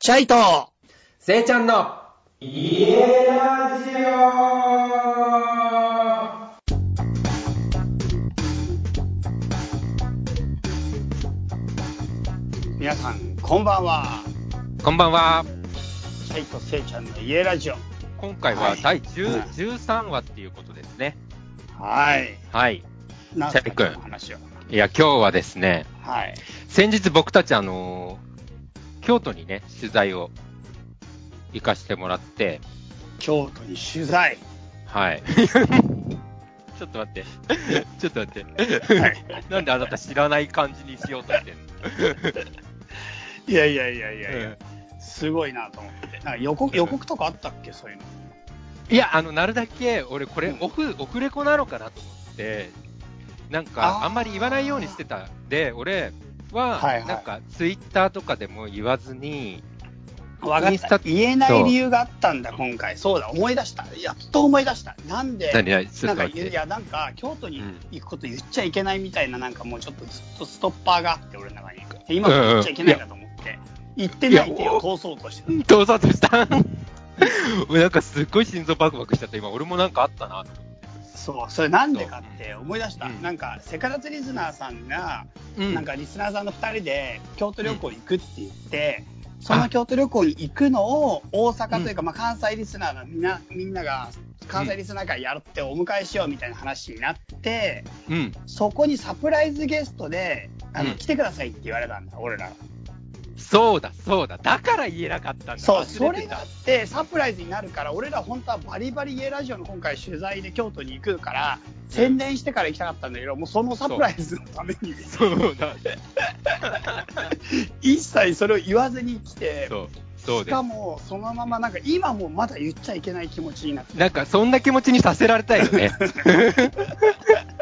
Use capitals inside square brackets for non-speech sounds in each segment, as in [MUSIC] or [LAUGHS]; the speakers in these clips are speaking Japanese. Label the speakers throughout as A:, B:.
A: シャイト
B: せいちゃんの家ラジオ
A: 皆さん、こんばんは。
C: こんばんは。
A: シャイトせいちゃんの家ラジオ。
C: 今回
A: は
C: はい第
A: うん
C: 10 13話っていうことですね。
A: はい。
C: はい。
A: なんすか
C: シャイ君
A: この話を。
C: いや、今日はですね、
A: はい。
C: 先日僕たち、あのー京都にね、取材を行かしてもらって、
A: 京都に
C: [LAUGHS]
A: 取材。
B: [LAUGHS]
C: はい。ちょっと待って。 [LAUGHS] ちょっと待
A: はい
C: って。なんであなた知らない感じにしようとしてんの
A: いやいやいやいやいや
C: え、
A: すごいなと思って。なんか予告予告とかあったっけそういうの。
C: いや、あの、なるだけ、俺、これ
A: うん、
C: オフ、オフレコなのかなと思って、なん
A: あ
C: か、
A: ー
C: あんまり言わないようにしてた。で、俺は、
A: はいはい
C: なんか、ツイッターとかでも言わずに、
A: わか
C: イ
A: っ
C: ンス
A: た。
C: タ
A: 言えない理由があったんだ、今回。そうだ、思い出した。やっと思い出した。なんで、
C: 何何ち
A: な
C: ょ
A: ん
C: っと
A: か、
C: 待っ
A: い
C: て。
A: や、なんか、京都に
C: うん
A: 行くこと言っちゃいけないみたいな、なんかもうちょっとずっとストッパーがあって、俺の中に。で今から言っちゃいけないなと思って、言ってない手を通そうとしてる。
C: 盗撮した俺 [LAUGHS] なんか、すっごい心臓バクバクしちゃった。今、俺もなんかあったなと思って。
A: そう、それなんでかって思い出した。
C: うん
A: なんか、セカラツリスナーさんが、
C: うん
A: なんか、リスナーさんの2人で京都旅行行くって言って、その京都旅行に行くのを大阪というか、まあ、関西リスナーのみんなみんなが関西リスナー会やってお迎えしようみたいな話になって、
C: うん。
A: そこにサプライズゲストであの、
C: うん
A: 来てくださいって言われたんだ俺ら
C: そうだ、そうだ。だから言えなかったんだ。
A: そうそ
C: 忘れ
A: れ
C: て
A: があ
C: た。
A: ってサプライズになるから俺ら本当はバリバリ家ラジオの今回取材で京都に行くから宣伝してから行きたかったんだけどもうそのサプライズのために
C: そうだ。
A: 一切それを言わずに来て
C: そう。そう
A: し
C: です
A: か。もそのままなんか今もまだ言っちゃいけない気持ちになって
C: なんか、そんな気持ちにさせられたよね。 [LAUGHS]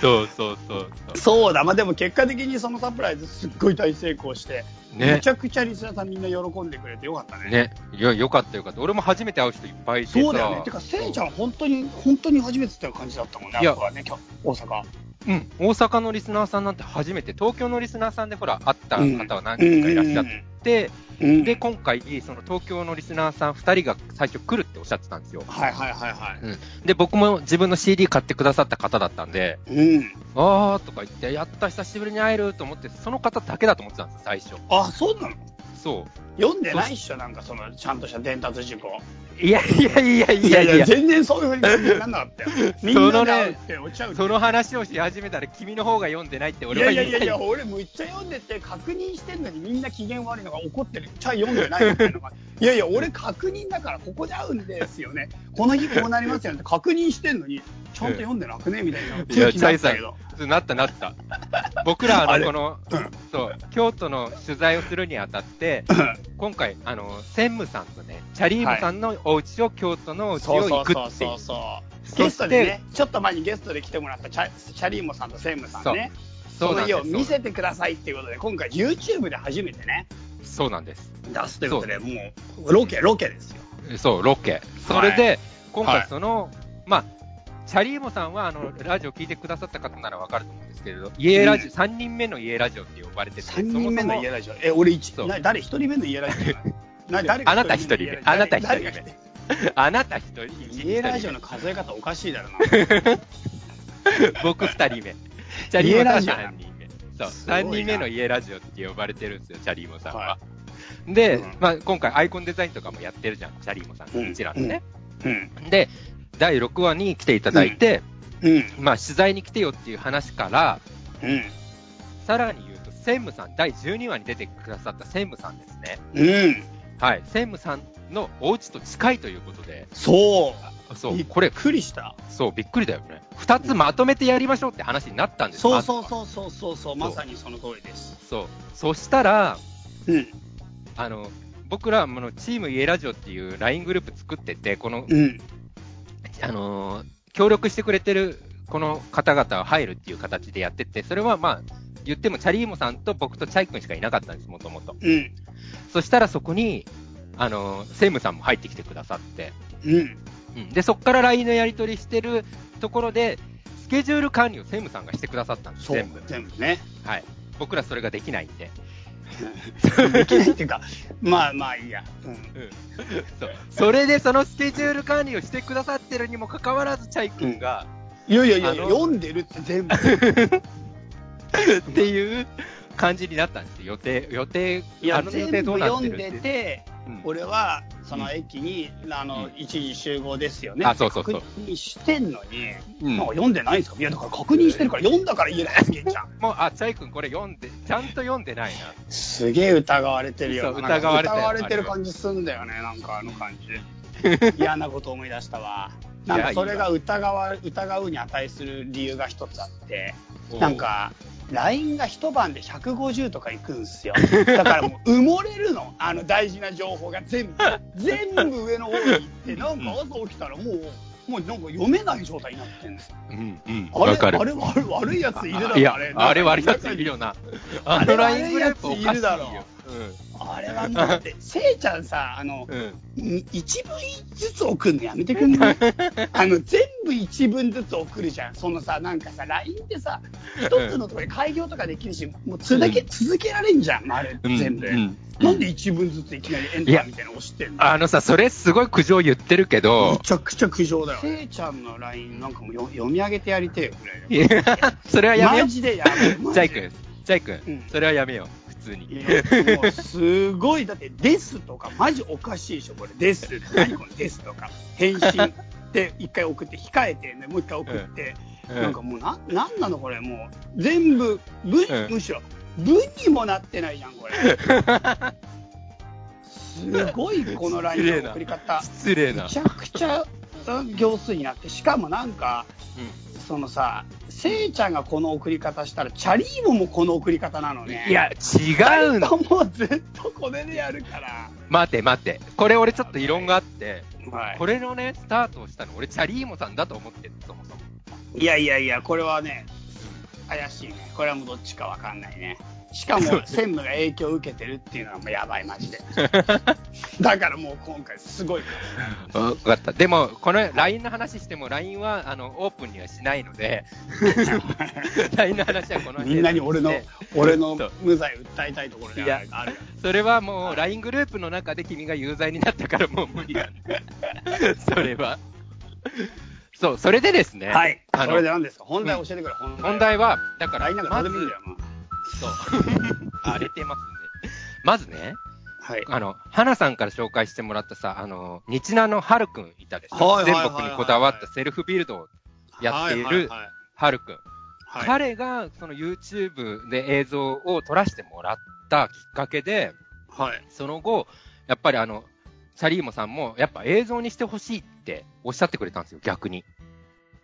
C: そうそうそうそ
A: そうだまあでも結果的にそのサプライズすっごい大成功して、
C: う。ね
A: めち。ゃくちゃリスナーさんみんな喜んでくれてよかったね
C: ね。いや、よかったよかった。俺も初めて会う人いっぱいいてさ。
A: そうだよねてかせいちゃ
C: ん。
A: ん本当に本当に初めてって感じだったもんね
C: いや
A: あとはね今日大阪
C: うん。大阪のリスナーさんなんて初めて、東京のリスナーさんでほら、会った方は何
A: う
C: 人
A: ん
C: かいらっしゃって、
A: うんうんうん
C: で、今回、その東京のリスナーさん2人が最初来るっておっしゃってたんですよ。
A: はいはいはいはい
C: で、僕も自分の CD 買ってくださった方だったんで、
A: うん
C: あーとか言って、やった、久しぶりに会えると思って、その方だけだと思ってたんですよ、最初。
A: あそうなの
C: そう。
A: 読んでないっしょなんかそのちゃんとした伝達事項
C: いやいやいやいやいや
A: 全然そういうふうになんなかったよ [LAUGHS] みんなで会うってお茶打ち
C: その話をし始めたら君の方が読んでないって
A: い
C: 俺
A: や
C: はい
A: や
C: 言い
A: い
C: た
A: や
C: い
A: いや、俺、むっちゃ読んでて、確認してんのに、みんな機嫌悪いのが怒ってる、ちゃん読んでないみたいなのが、 [LAUGHS] いやいや、俺、確認だから、ここで会うんですよね、この日こうなりますよねって確認してんのに、ちゃんと読んでなくねみたいな空気になったけど、
C: そうなったなった僕ら
A: あ
C: あ
A: れ
C: のこの
A: うん
C: そう京都の取材をするにあたって今回あの専務さんとねチャリームさんのお家を京都のお家
A: [LAUGHS] そう
C: を
A: そ
C: 行
A: う
C: く
A: そう
C: ってい
A: そううそう、
C: そ
A: ゲ
C: し
A: スト
C: て
A: にね、ちょっと前にゲストで来てもらったチャチャリーモさんとセイムさんね、
C: そうな
A: の
C: ん
A: 家を見
C: です
A: せてくださいっていうことで、今回、YouTube で初めてね、
C: そうなんです
A: 出すということで、もう、ロケ、ロケですよ。
C: そうロケそれで今
A: はい
C: 回そのまあチャリーモさんはあのラジオ聞いてくださった方ならわかると思うんですけれど、家ラジオ、3人目の家ラジオって呼ばれてて、
A: 三人目
C: そもそ
A: の
C: も
A: 家ラジオ。え、俺一
C: そう
A: な誰一人目の家ラジオ。
C: [LAUGHS]
A: な誰が
C: あなた一人目
A: の家ラジオ
C: あなた一人目
A: 誰が
C: [LAUGHS] あなた一人、一人
A: 家ラジオの数え方おかしいだろ
C: [LAUGHS]
A: う
C: 僕二人目。チャリーモさん3人目。そう、
A: すごいな
C: 3人目の家ラジオって呼ばれてるんですよ、チャリーモさんは。
A: は
C: で、
A: うん
C: まあ、今回アイコンデザインとかもやってるじゃん、チャリーモさん、うちらのね。
A: な。うん。
C: で、第6話に来ていただいて、
A: うん。
C: まあ、取材に来てよっていう話から、
A: うん。
C: さらに言うと、専務さん、第12話に出てくださった専務さんですね。
A: うん。
C: はい、専務さんのお家と近いということで、
A: そ。
C: そう
A: び
C: う、
A: っ
C: これ、
A: くりした。
C: そう、びっくりだよね。2つまとめてやりましょうって話になったんです
A: そうそう
C: う。
A: そうそうそうそう、まさにその通りです。
C: そう。そしたら、
A: うん。
C: あの僕らものチーム家ラジオっていう LINE グループ作ってて、この、
A: うん。
C: あのー協力してくれてるこの方々は入るっていう形でやってて、それはまあ、言ってもチャリーモさんと僕とチャイ君しかいなかったんです、もともと。
A: うん。
C: そしたらそこに、あのーセイムさんも入ってきてくださって、
A: うん。
C: うん、でそこから LINE のやり取りしてるところで、スケジュール管理をセイムさんがしてくださったんです、
A: そう
C: 全部。。
A: 全部ね。
C: はい、僕らそれができないんで。
A: できないっていうか、 [LAUGHS] まあまあいいや。うん
C: うん [LAUGHS] そうそれでそのスケジュール管理をしてくださってるにもかかわらず、チャイ君が、
A: いやいやいや、
C: あの
A: 読んでるって
C: [LAUGHS]
A: 全部。
C: っていう感じになったんですよ、予定、予定、
A: いや
C: あの予定
A: 全
C: ど
A: 部
C: うなっ
A: 読
C: てる
A: んで
C: って
A: て、
C: うん
A: 俺はその駅に、あ
C: う
A: の
C: ん
A: 一時集合ですよね、
C: あそうそうそう
A: 確認してんのに、
C: うん
A: なんか読んでないんですか、いや、だから確認してるから、読んだから言えないすげえじゃん。
C: もう、あ、チャイ君、これ読んで、ちゃんと読んでないな。
A: すげえ疑われてるよ
C: そう
A: な、なんか
C: 疑われてる
A: 疑われてる感じすんだよね、なんかあの感じ。
C: [LAUGHS]
A: 嫌なこと思い出したわ。なんかそれが疑わ疑うに値する理由が一つあって
C: お、う
A: なんか LINE が一晩で150とかいくん
C: [LAUGHS]
A: すよ。だからもう埋もれるの、あの大事な情報が全部、全部上の方に行って、なんか朝起きたらもう、もうなんか読めない状態になってんです。
C: うん、うん、
A: あれ、
C: わかる。
A: あれ悪い悪いやついるだろ、あ
C: い
A: れ。
C: や、あれ
A: なんか
C: 悪いやついるよな。あ
A: れ
C: の
A: 悪
C: LINE
A: い
C: グル
A: や
C: ー
A: つ
C: プおかし
A: いる
C: い
A: だろ
C: よ。
A: あれはもうだって、せいちゃんさ、あの
C: う、ん。うん。
A: い一文ずつ送るのやめてくん
C: [LAUGHS]
A: ないあの全部一文ずつ送るじゃんそのさなんかさ LINE ってさ一つのところで開業とかできるしもうつだけ、
C: うん
A: 続けられんじゃん丸
C: うん
A: 全部、
C: うん
A: なんで一文ずついきなりエンターみたいなの押してんの
C: あのさ、それすごい苦情言ってるけ
A: む [LAUGHS]
C: ど、
A: ちゃくちゃ苦情だよせいちゃんの LINE なんかもうよ読み上げてやりてえよぐらいだよ
C: いや [LAUGHS] それはやめよ
A: マ
C: う。
A: ジでや
C: [LAUGHS]
A: めろマジで
C: ジャイ君、ジャイ君、
A: うん
C: それはやめよう、普通に。
A: いやもうすごい、だって、ですとか、マジおかしいでしょ、これ、
C: [LAUGHS]
A: ですって、何このですとか、返信で一回送って、控えて、ね、もう一回送
C: [LAUGHS]
A: って、
C: うんうん
A: なんかもうな、なんなの、これ、もう、全部、文、
C: うん
A: むしろ、文にもなってないじゃん、これ。すごい、この LINE の送り方、
C: [LAUGHS] 失礼な
A: め。ちゃくちゃ行数になって、しかもなんか、
C: う
A: そのさ、せいちゃんがこの送り方したら、チャリーモもこの送り方なのね。
C: んいや、違う
A: 二
C: の。
A: 人ともずっとこれでやるから。
C: 待て待て。これ俺ちょっと異論があって、
A: は
C: これのね、スタートをしたの、俺チャリーモさんだと思ってる、そもそ
A: [LAUGHS]
C: も。
A: い、いやいやいや、これはね、怪しいね。これはもうどっちかわかんないね。しかも
C: そうで
A: 専務が影響を受けてるっていうのはもうやばい、
C: [LAUGHS]
A: マジで。だからもう今回すごい。
C: 分かった。でも、この LINE の話しても、LINE はあのオープンにはしないので、LINE の話はこの辺
A: みんなに俺の、俺の
C: そう
A: 無罪訴えたいところで
C: い
A: は
C: や
A: ある。、
C: それはもう LINE グループの中で君が有罪になったからもう無理
A: [LAUGHS]
C: なんだ。それは。そう、それでですね。
A: はい。
C: あ
A: それで
C: の、
A: 何ですか本題教えてくれ、本題。
C: 問題は、だから、
A: LINE なんか
C: ま
A: どう
C: ず
A: でもいいんだよ、もう
C: そう。荒れてますね。まずね、
A: はい。
C: あの、花さんから紹介してもらったさ、あの、日南の春くんいたでし
A: は
C: ょ。
A: いはい
C: 全
A: はいはい
C: 国にこだわったセルフビルドをやってい
A: はいはい
C: る
A: はい
C: 春くん。
A: はい
C: 彼が、その YouTube で映像を撮らせてもらったきっかけで、
A: はい。
C: その後、やっぱりあの、チャリーモさんも、やっぱ映像にしてほしいっておっしゃってくれたんですよ、逆に。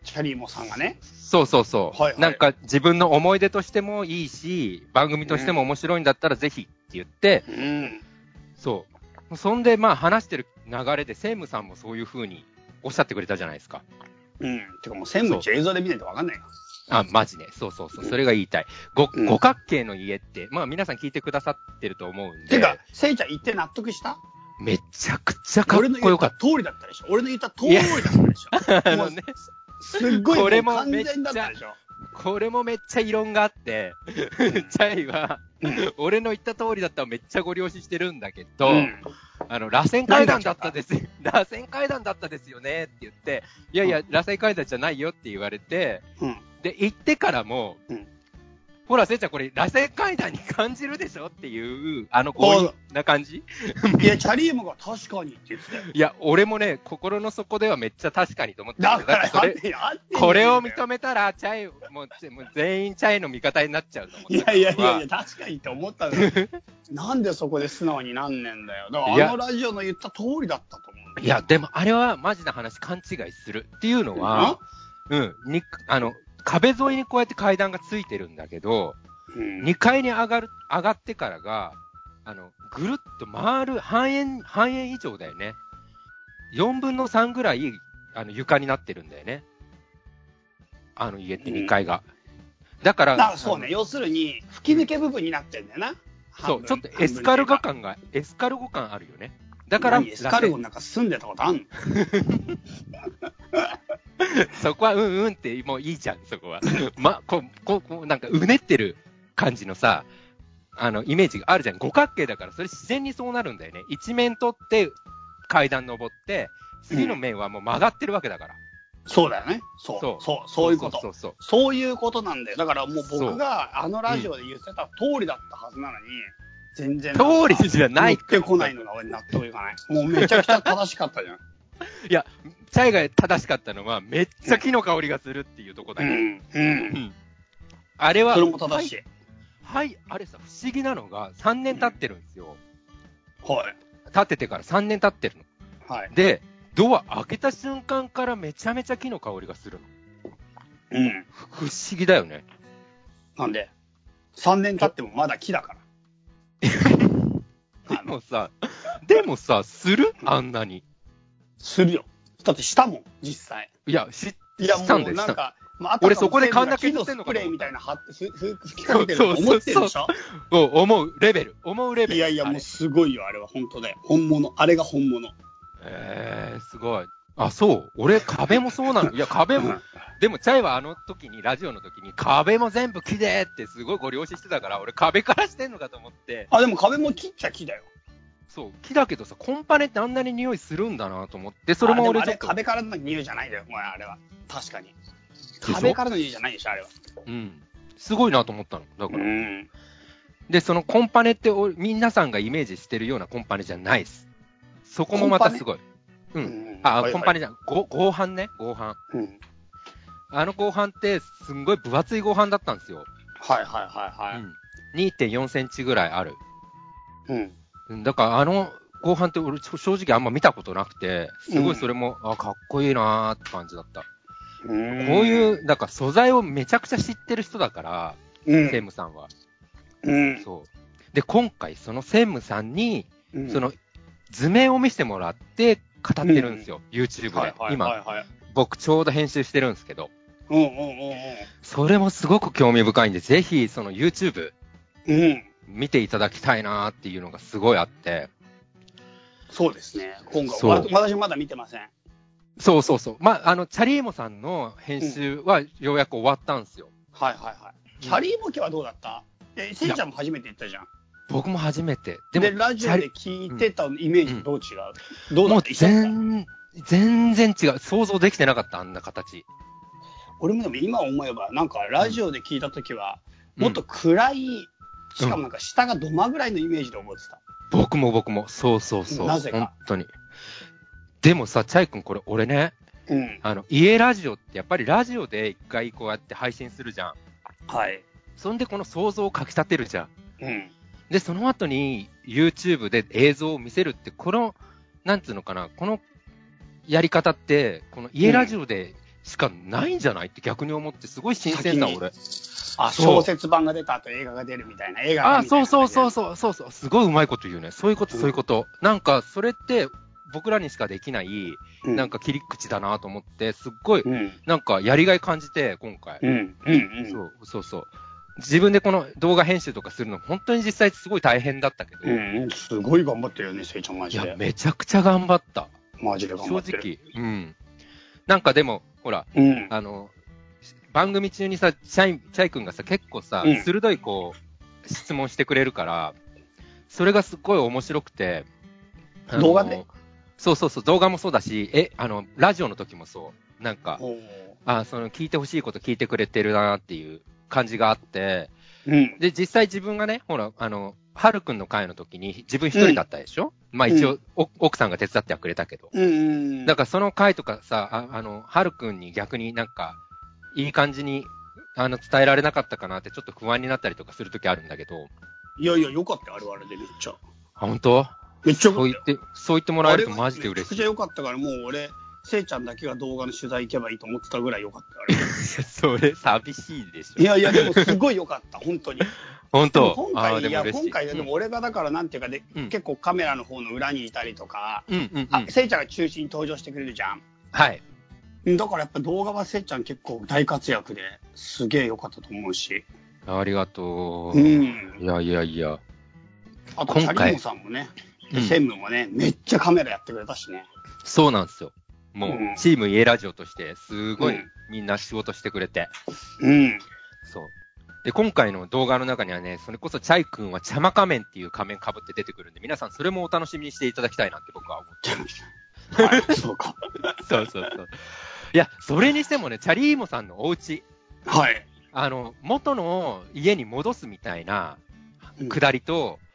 A: チャリーモさんがね。
C: そうそうそう。
A: はいはい
C: なんか自分の思い出としてもいいし、番組としても面白いんだったらぜひって言って、
A: うん。
C: そう。そんで、まあ話してる流れで、セイムさんもそういうふうにおっしゃってくれたじゃないですか。
A: うん。てかもう専務一応映像で見ないとわかんないよ。
C: あ、マジね。そうそうそう。それが言いたい。ご五角形の家って、まあ皆さん聞いてくださってると思うん
A: て
C: で、
A: か、せいちゃん言って納得した
C: めちゃくちゃかっ
A: 俺の
C: こ
A: 言
C: よ
A: っ
C: か
A: た
C: っ
A: 通りだったでしょ俺の言った通りだった
C: た。
A: で
C: あ
A: しょも
C: の
A: う
C: ね、
A: すっごい
C: これ
A: もう
C: も
A: 完
C: めっちゃ
A: 全だったでしょ
C: これもめっちゃ異論があって、チャイは、俺の言った通りだったらめっちゃご了承してるんだけど、
A: うん
C: あの、螺旋階段だったですよ。螺旋階段だったですよねって言って、いやいや、螺旋階段じゃないよって言われて、
A: うん
C: で、行ってからも、
A: うん
C: ほら、せいちゃん、これ、螺旋階段に感じるでしょっていう、あの、強引な感じ
A: いや、チャリームが確かにって言ってたよ。
C: いや、俺もね、心の底ではめっちゃ確かにと思ってた
A: だ
C: ん
A: か
C: だ
A: ら、
C: そ
A: あっ
C: れ
A: てあって
C: これを認
A: め
C: めたら、チャイ、もう、ちもう全員チャイの味方になっちゃうと思
A: い
C: った
A: や
C: から
A: いやいやいや、確かにって思った
C: [LAUGHS]
A: のよなんでそこで素直になんねんだよ。だか
C: い
A: ら、
C: や
A: あのラジオの言った通りだったと思う。
C: いや、でもあれはマジな話勘違いするっていうのは、うん、に、あの、壁沿いにこうやって階段がついてるんだけど、
A: うん、
C: 2階に上がる、上がってからが、あの、ぐるっと回る、半円、半円以上だよね。4分の3ぐらい、あの、床になってるんだよね。あの家って2階が。だか、
A: だかららそうね、
C: あ
A: 要するに、吹き抜け部分になってんだよな。
C: のそう、ちょっとエスカルゴ感が、エスカルゴ感あるよね。だ
A: だ
C: から、
A: エスカルゴなんか住んでたことあんの
C: そこはうんうんって、 [LAUGHS] もういいじゃん、そこは。ま、こう、こう、こうなんかうねってる感じのさ、あの、イメージがあるじゃん。五角形だから、それ自然にそうなるんだよね。一面取って、階段登って、次の面はもう曲がってるわけだから。
A: そうだよね。そう。
C: そ
A: そうう。そういうこと。
C: そうそう
A: そういうことなんだよ。だからもう
C: そう
A: 僕があのラジオで言ってた通りだったはずなのに、全然。
C: そう。通りじゃない
A: 言ってこないのが俺納得いかない。もうめちゃくちゃ正しかったじゃん。
C: いや、チャイが正しかったのは、めっちゃ木の香りがするって [LAUGHS] いうとこだ
A: う
C: け。
A: ん。うん。
C: あれは、
A: それも正しい。
C: はい。はい、あれさ、不思議なのが、3年経ってるんですよ。
A: はい。
C: 経っててから3年経ってるの。
A: はい。
C: で、ドア開けた瞬間からめちゃめちゃ木の香りがするの。
A: うん。
C: 不思議だよね。
A: なんで、3年経ってもまだ木だから。
C: でもさ、でもさ、するあんなに。
A: するよ。だってしたもん、実際。
C: いや、し、
A: いや、
C: した
A: も
C: ん
A: う
C: だよ、
A: なんか、まあ、あ
C: 俺そこで勘だけ言
A: 木の
C: ってん
A: ス
C: のか
A: プ
C: と
A: レ
C: 思った
A: ーみたいなの貼って、ふ、ふ、吹きかけてると思ってるでしょ
C: したお思うレベル。思うレベル。
A: いやいや、
C: あれ
A: もうすごいよ、あれは本当で。本物。あれが本物。
C: えー、すごい。あ、そう。俺、壁もそうなの。いや、壁も、でも、チャイはあの時に、ラジオの時に、壁も全部木でってすごいご了承してたから、俺、壁からしてんのかと思って、
A: あ、でも壁も切っちゃ木だよ。
C: そう、木だけどさ、コンパネってあんなに匂いするんだなと思って、それも俺
A: あ
C: ちょ
A: であ
C: っ
A: れ
C: と、
A: 壁からの匂いじゃないだよ、お前、あれは。確かに。
C: ょ
A: 壁からの匂いじゃないでしょ、あれは。
C: うん、すごいなと思ったの。だから。
A: ん。
C: で、そのコンパネって、お皆さんがイメージしてるようなコンパネじゃないです。そこもまたすごい。う。
A: うん
C: あ、コンパネじゃん。ご合板ね、合板。
A: うん。
C: あの合板って、すんごい分厚い合板だったんですよ。
A: はいはいはいうは
C: ん2.4センチぐらいある。
A: い。うん。
C: うんだからあの後半って俺ちょ正直あんま見たことなくて、すごいそれも、あ、かっこいいなーって感じだった。
A: こう
C: こう
A: う
C: いう、なんか素材をめちゃくちゃ知ってる人だから、
A: ん、
C: 専務さんは。
A: うん。
C: そう。で、今回その専務さんに、
A: うん
C: その図面を見せてもらって語ってるんですよ。YouTube で。
A: はいはい
C: 今、
A: はいはい。
C: 僕ちょうど編集してるんですけど、
A: うんうんうん
C: それもすごく興味深いんで、ぜひその YouTube
A: うん。うん。
C: 見ていただきたいなーっていうのがすごいあって、
A: そうですね。今
C: そう
A: 回、わ私まだ見てません。
C: そうそうそう。まあ、あの、チャリーモさんの編集はようやく終わったんですよ。
A: はいはいはい。キャリーボケはどうだったえ、せいちゃんも初めて行ったじゃん。
C: 僕も初めて。
A: で
C: でも、
A: ラジオで聞いてたイメージとどう違うどうだ
C: も
A: っ
C: う
A: た一緒だった
C: 全、全然違う。想像できてなかった、あんな形。
A: 俺もでも今思えば、なんかラジオで聞いたときは、
C: うん
A: もっと暗い、しかもなんか下がどまぐらいのイメージで覚えてた。
C: 僕も僕も。そうそうそう。
A: なぜか
C: 本当に。でもさ、チャイ君これ、俺ね、
A: うん。
C: あの、家ラジオってやっぱりラジオで一回こうやって配信するじゃん。
A: はい。
C: そんでこの想像をかき立てるじゃん。
A: うん。
C: で、その後に YouTube で映像を見せるって、この、なんつうのかな、このやり方って、この家ラジオでしかないんじゃないって逆に思って、すごい新鮮だ、
A: 先に
C: 俺。
A: あ、
C: そう
A: 小説版が出た後映画が出るみたいな。映画が
C: あ、
A: みたい
C: そ
A: な
C: うそうそうそうそうそう、すごいうまいこと言うね。そういうこと、
A: うん
C: そういうこと。なんか、それって、僕らにしかできない、
A: う
C: なんか切り口だなと思って、すっごい、
A: うん。
C: なんかやりがい感じて、今回。
A: うん。うん。
C: そうそうそう。自分でこの動画編集とかするの、本当に実際すごい大変だったけど、
A: うん。うん。すごい頑張ってるよね、せいちゃん、マ
C: い
A: ジ
C: や、
A: で。
C: めちゃくちゃ頑張った。
A: マジで頑張
C: 正
A: ってる。
C: 直、うん。なんかでも、ほら、
A: うん。
C: あの、番組中にさ、チャイ、チャイ君がさ、結構さ、
A: うん
C: 鋭いこう、質問してくれるから、それがすっごい面白くて、あの
A: 動画で
C: そうそうそう、動画もそうだし、え、あの、ラジオの時もそう。なんか、
A: おー
C: あ、その、聞いてほしいこと聞いてくれてるなっていう感じがあって、
A: うん。
C: で、実際自分がね、ほら、あの、はるくんの会の時に自分一人だったでしょ、まあ一応、お奥さんが手伝ってはくれたけど。
A: うん。
C: だからその回とかさ、ああの、はるくんに逆になんか、いい感じに、あの、伝えられなかったかなってちょっと不安になったりとかするときあるんだけど、
A: いやいや、よかったよ、あれはあれでめっちゃ。
C: あ、本当
A: めっちゃよか
C: そ
A: っ
C: う
A: た
C: 言
A: よ。
C: って、そう言ってもらえるとマジで
A: めちゃ
C: 嬉
A: く
C: し
A: ちゃ
C: い。
A: 良かったから、もう俺、せいちゃんだけが動画の取材行けばいいと思ってたぐらい良かったよあれは
C: [LAUGHS] それ寂しいでし
A: い
C: ょ。
A: やいや、でもすごい良か [LAUGHS] った、本当に。
C: 本
A: でも
C: 当
A: 今
C: あー
A: 回、
C: で
A: い
C: も
A: や、
C: 嬉しい。
A: 今回、でも俺がだから、なんていうかで、
C: うん
A: 結構カメラの方の裏にいたりとか、
C: うん、うん、うん、う
A: あ
C: ん。
A: せいちゃんが中心に登場してくれるじゃん。
C: はい。
A: だからやっぱ動画はせいちゃん結構大活躍ですげえ良かったと思うし。
C: ありがとう。
A: うん
C: いやいやいや。
A: あと、チ
C: 今回
A: ャリモさんもね、
C: うん
A: 専務もね、めっちゃカメラやってくれたしね。
C: そうなんですよ。もう、
A: うん
C: チーム家ラジオとして、すごい
A: うん
C: みんな仕事してくれて。
A: うん。
C: そう。で、今回の動画の中にはね、それこそチャイ君は茶間仮面っていう仮面被って出てくるんで、皆さんそれもお楽しみにしていただきたいなって僕は思って
A: はい、そうか。
C: ます。そうそうそう。いや、それにしてもね、チャリーモさんのお家、
A: はい。
C: あの、元の家に戻すみたいな
A: うん
C: くだりと、
A: うん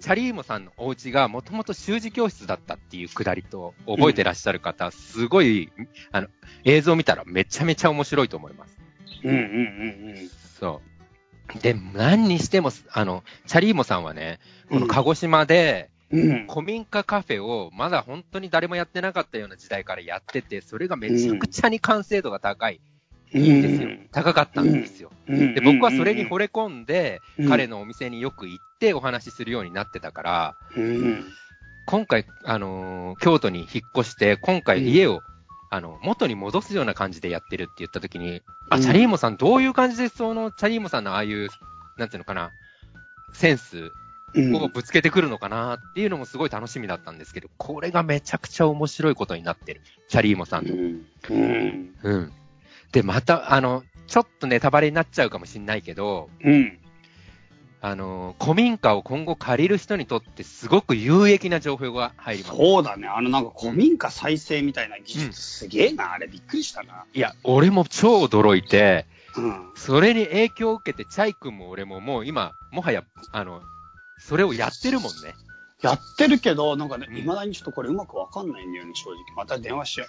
C: チャリーモさんのお家がもともと習字教室だったっていうくだりと、覚えてらっしゃる方、すごい、あの、映像見たらめちゃめちゃ面白いと思います。
A: うんうんうん
C: そう。で、何にしても、あの、チャリーモさんはね、この鹿児島で、
A: うん。うん。
C: 古民家カフェをまだ本当に誰もやってなかったような時代からやってて、それがめちゃくちゃに完成度が高い
A: うん
C: んですよ。高かったんですよ。
A: うん
C: で、僕はそれに惚れ込んで
A: う、ん
C: 彼のお店によく行ってお話しするようになってたから、
A: うん。
C: 今回、あのー京都に引っ越して、今回家を、あの、元に戻すような感じでやってるって言った時に、
A: う
C: あ、
A: ん
C: チャリーモさん、どういう感じで、その、チャリーモさんのああいう、なんていうのかな、センス
A: うん
C: をぶつけてくるのかなっていうのもすごい楽しみだったんですけど、これがめちゃくちゃ面白いことになってる。チャリーモさん
A: う
C: の。
A: ん。うん。
C: うん。で、また、あの、ちょっとネタバレになっちゃうかもしんないけど、
A: うん。
C: あのー古民家を今後借りる人にとってすごく有益な情報が入ります。
A: そうだね。あのなんか古民家再生みたいな技術すげえな。あれびっくりしたな。
C: いや、俺も超驚いて、
A: うん。
C: それに影響を受けて、チャイ君も俺ももう今、もはや、あの、それをやってるもんね。
A: やってるけど、なんかね
C: う、ん
A: いまだにちょっとこれうまくわかんないんだよね、正直。また電話しよ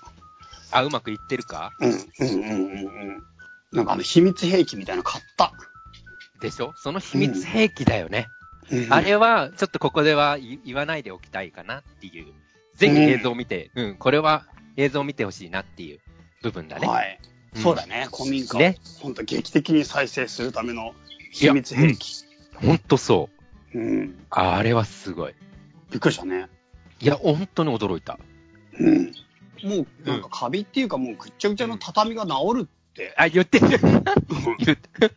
C: あ、うまくいってるか
A: う。うん。うんうんうんうん。なんかあの秘密兵器みたいなの買った。
C: でしょその秘密兵器だよね。
A: うん
C: あれは、ちょっとここではい言わないでおきたいかなっていう。ぜひ映像を見て、うん、これは映像を見てほしいなっていう部分だね。
A: はい。
C: うん
A: そうだね。古民家を
C: ね
A: 本当劇的に再生するための秘密兵器。
C: ほんとそう。
A: うん。
C: あれはすごい。
A: びっくりしたね。
C: いや、ほんとに驚いた。
A: うん。もうなんかカビっていうかもうぐっちゃぐちゃの畳が治るって。
C: あ、言ってる。言 [LAUGHS] って。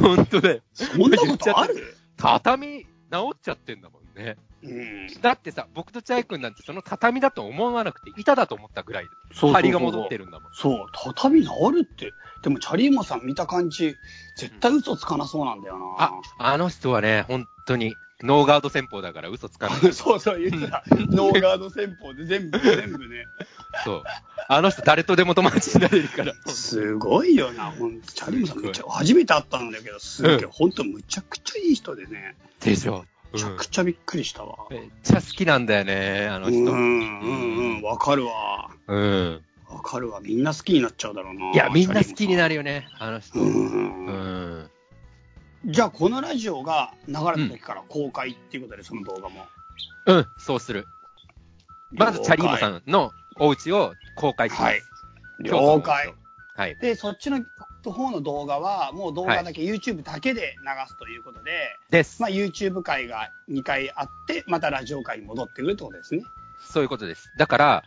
C: ほんとだよ。
A: そんなことある
C: 畳、治っちゃってんだもんね。
A: うん。
C: だってさ、僕とチャイ君なんてその畳だと思わなくて、板だと思ったぐらい、
A: そうそうそう
C: 針が戻ってるんだもん。
A: そう、畳治るって。でも、チャリーマさん見た感じ、絶対嘘つかなそうなんだよ
C: あ
A: な。、
C: あの人はね、本当に、ノーガード戦法だから嘘つかない。
A: そうそう、言ってた。ノーガード戦法で全部、全部ね。
C: そう。あの人誰とでも友達になれるから。
A: すごいよな、ほんとチャリーマさんめっちゃ、初めて会ったんだけど、すげえ、
C: うん
A: ほんとむちゃくちゃいい人でね、
C: でしょ。う
A: めちゃ
C: ん
A: くちゃびっくりしたわ。
C: めっちゃ好きなんだよね、あの
A: うん、う
C: 人。
A: ん、うん、わかるわ。
C: うん。
A: わかるわ。みんな好きになっちゃうだろうな。
C: いや、みんな好きにな
A: る。
C: るよね、あの人。
A: う。
C: うんん。
A: じゃあ、このラジオが流れた時から公開っていうことで、その動画も。
C: うん、そうする。まず、チャリーモさんのお家を公開します。
A: はい了
C: 京
A: 解。
C: 都のお家を。はい。
A: で、そっちの方の動画は、もう動画だけ、YouTube だけで流すということで、
C: です。
A: まあ、YouTube 回が2回あって、またラジオ回に戻ってくるってことですね。
C: そういうことです。だから、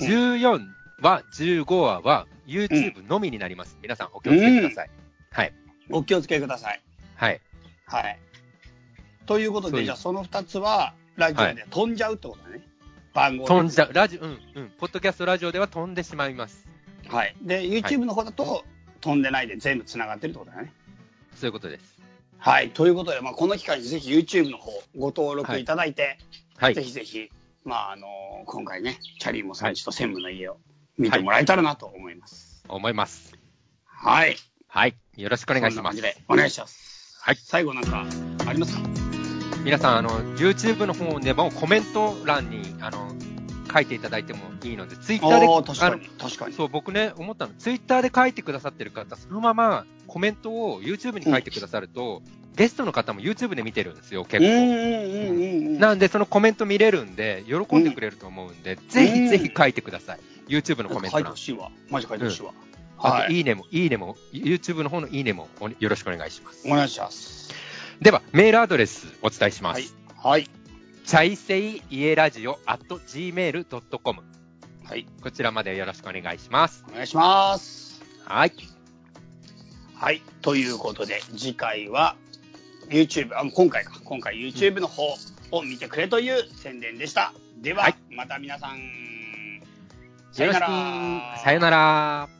A: うん
C: 14話、15話は YouTube のみになります。皆さんお気をつけください。はい。
A: お気をつけください。
C: はい。
A: はい。ということ
C: そうい
A: で、
C: う
A: じゃあその2つは、ラジオで飛んじゃうってことだね。番号
C: 飛んじゃう。ラジオ、うん、うん。ポッドキャストラジオでは飛んでしまいます。
A: はい。で、YouTube の方だと、飛んでないで全部つながってるってことだね。
C: そういうことです。
A: はい。ということで、まあ、この機会にぜひ YouTube の方、ご登録いただいて、
C: は
A: ぜ
C: い。
A: ひぜひ、まあ、あの今回ね、チャリーモさんちと専務の家を見てもらえたらなと思います。
C: 思います。
A: はい。
C: はい。よろしくお願いし
A: こん
C: ま
A: な
C: す
A: 感じ。でお願いします。
C: はい
A: 最後なんかありますか
C: 皆さん、あの、YouTube の方でもコメント欄に、あの、書いていただいてもいいので、Twitter で、
A: ああ、確か
C: あ
A: に。確か
C: の
A: に。
C: そう、僕ね、思ったの。Twitter で書いてくださってる方、そのままコメントを YouTube に書いてくださると、ゲストの方も YouTube で見てるんですよ、結構。
A: うんうんうんうん。
C: なんで、そのコメント見れるんで、喜んでくれると思うんで、ぜ
A: う
C: ひ
A: ん
C: ぜひ書いてください。YouTube のコメン
A: 書
C: ト
A: いて
C: 欄
A: ほ。しいわ。マジ書いてほしいわ。
C: あ
A: は
C: と、
A: い。
C: いいねも、いいねも、YouTube の方のいいねもおよろしくお願いします。
A: お願いします。
C: では、メールアドレスお伝えしま
A: はい
C: す。。
A: はい。
C: チャイセイイエラジオ at gmail.com。
A: はい。
C: こちらまでよろしくお願いします。
A: お願いします。
C: はい。
A: はい。ということで、次回は YouTube、あ、今回か。今回 YouTube の方を見てくれという宣伝でした。では、
C: はい
A: また皆さん、
C: よろしく。さよなら。